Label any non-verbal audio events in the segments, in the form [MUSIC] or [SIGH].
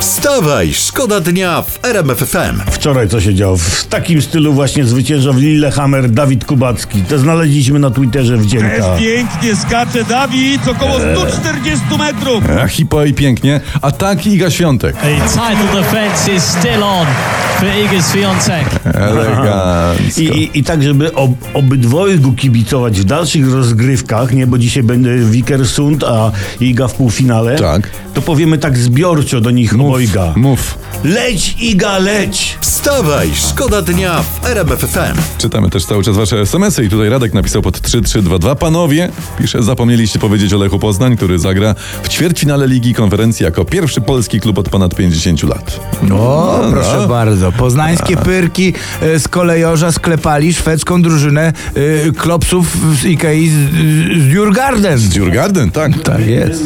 Wstawaj, szkoda dnia w RMFFM. Wczoraj co się działo? W takim stylu właśnie zwyciężał w Lillehammer Dawid Kubacki. To znaleźliśmy na Twitterze wdzięka. Też pięknie skacze Dawid, około 140 metrów. Ach, i po E, i pięknie. Atak Iga Świątek. The title defence is still on for Igor's fiancée. I, Elegancko. i, I tak, żeby ob, obydwojgu kibicować w dalszych rozgrywkach, nie, bo dzisiaj będzie Wikersund, a Iga w półfinale, Tak. to powiemy tak zbiorczo do nich obojga. Mów. Leć Iga, leć! Wstawaj, szkoda dnia w RMFFM. Czytamy też cały czas wasze SMS-y y i tutaj Radek napisał pod 3322. Panowie, pisze, zapomnieliście powiedzieć o Lechu Poznań, który zagra w ćwierćfinale Ligi Konferencji jako pierwszy polski klub od ponad 50 lat. O, proszę no. bardzo. Poznańskie pyrki e, z kolejorza sklepali szwedzką drużynę e, klopsów z Ikei z, z Jurgarden. Djurgarden, tak. Tak jest.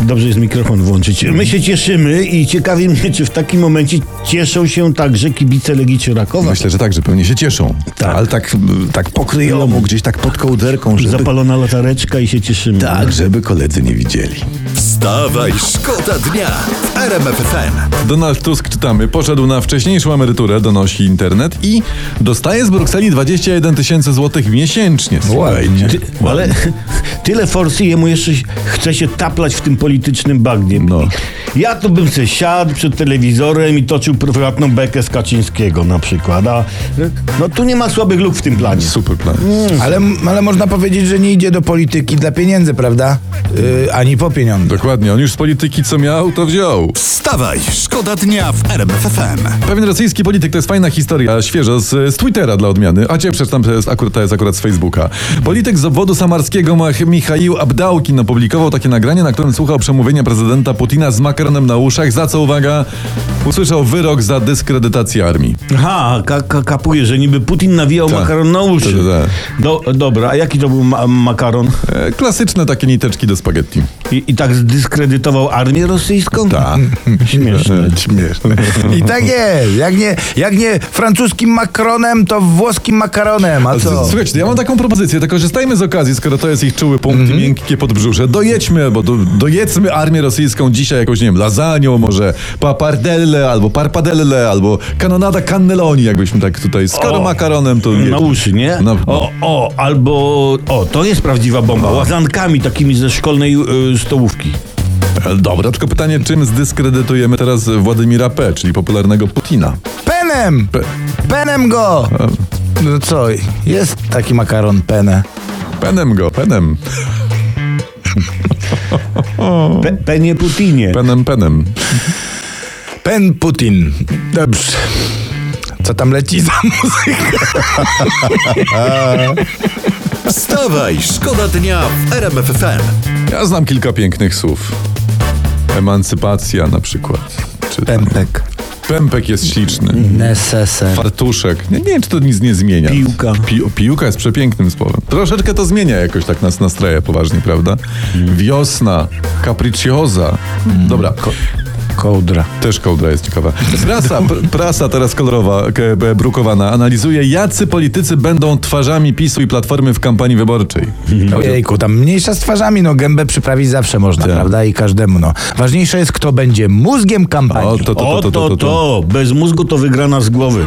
Dobrze jest mikrofon włączyć. My się cieszymy i ciekawi mnie, czy w takim momencie cieszą się także kibice Legii czy Rakowa. Myślę, że tak, że pewnie się cieszą. Ale tak, tak pokryjomu, gdzieś tak pod kołderką, żeby, Zapalona latareczka i się cieszymy. tak, żeby koledzy nie widzieli. Wstawaj, szkoda dnia w RMFFM. Donald Tusk, czytamy, poszedł na wcześniejszą emeryturę, donosi internet i dostaje z Brukseli 21 tysięcy złotych miesięcznie. Słuchajcie. Ty, ale [LAUGHS] tyle forsy jemu jeszcze chce się taplać w tym politycznym bagnie. No. Ja to bym se siadł przed telewizorem i toczył prywatną bekę z Kaczyńskiego na przykład. A, no tu nie ma słabych luk w tym planie. Super plan. Ale, ale można powiedzieć, że nie idzie do polityki dla pieniędzy, prawda? E, ani po pieniądze. Dokładnie, on już z polityki co miał, to wziął. Wstawaj, szkoda dnia w RMFFM. Pewien rosyjski polityk, to jest fajna historia, świeża z, z Twittera dla odmiany, a cię przeczytam, to jest akurat, to jest akurat z Facebooka. Polityk z obwodu samarskiego Mach- Michaił Abdałkin opublikował takie nagranie, na którym słuchał przemówienia prezydenta Putina z makaronem na uszach, za co, uwaga, usłyszał wyrok za dyskredytację armii. Aha, ka- ka- kapuję, że niby Putin nawijał Tak. makaron na uszy. Tak, tak, Do, dobra, a jaki to był ma- makaron? E, klasyczne takie niteczki do spaghetti. I, I tak zdyskredytował armię rosyjską? Tak. Śmieszne. [LAUGHS] Śmieszne. I tak jest. Jak nie, jak nie francuskim makronem, to włoskim makaronem. A co? Słuchajcie, ja mam taką propozycję, tylko korzystajmy z okazji, skoro to jest ich czuły punkt Mhm. i miękkie podbrzusze. Dojedźmy, bo do, dojedzmy armię rosyjską dzisiaj jakąś, nie wiem, lasagną może, papardelle, albo parpadelle, albo kanonada cannelloni, jakbyśmy tak tutaj, skoro O. makaronem to... Na uszy, nie? No, no. O, o, albo... O, to jest prawdziwa bomba. Łazankami takimi ze szkolnej y, stołówki. E, Dobra, tylko pytanie, czym zdyskredytujemy teraz Władimira P., czyli popularnego Putina? Penem! Pe- Penem go! No co? Jest taki makaron pene. Penem go, penem, Pe, penie Putinie. penem, penem. Pen Putin. Dobrze. Co tam leci za muzyka? Wstawaj, szkoda dnia w RMFFM. Ja znam kilka pięknych słów. Emancypacja na przykład. Czy tam- Pępek. Pępek jest śliczny. Neseser. Fartuszek. Nie, nie wiem, czy to nic nie zmienia. Piłka. Pi, piłka jest przepięknym słowem. Troszeczkę to zmienia jakoś tak nas nastraja poważnie, prawda? Wiosna, capricciosa. Dobra. Kołdra. Też kołdra jest ciekawa. Prasa, pr, prasa teraz kolorowa, k- b- drukowana, analizuje, jacy politycy będą twarzami PiSu i Platformy w kampanii wyborczej. Ojejku, tam mniejsza z twarzami, no gębę przyprawić zawsze można, Tak. prawda? I każdemu, no. Ważniejsze jest, kto będzie mózgiem kampanii. O, to, to, to, O, to, to, to, to. Bez mózgu to wygrana z głowy.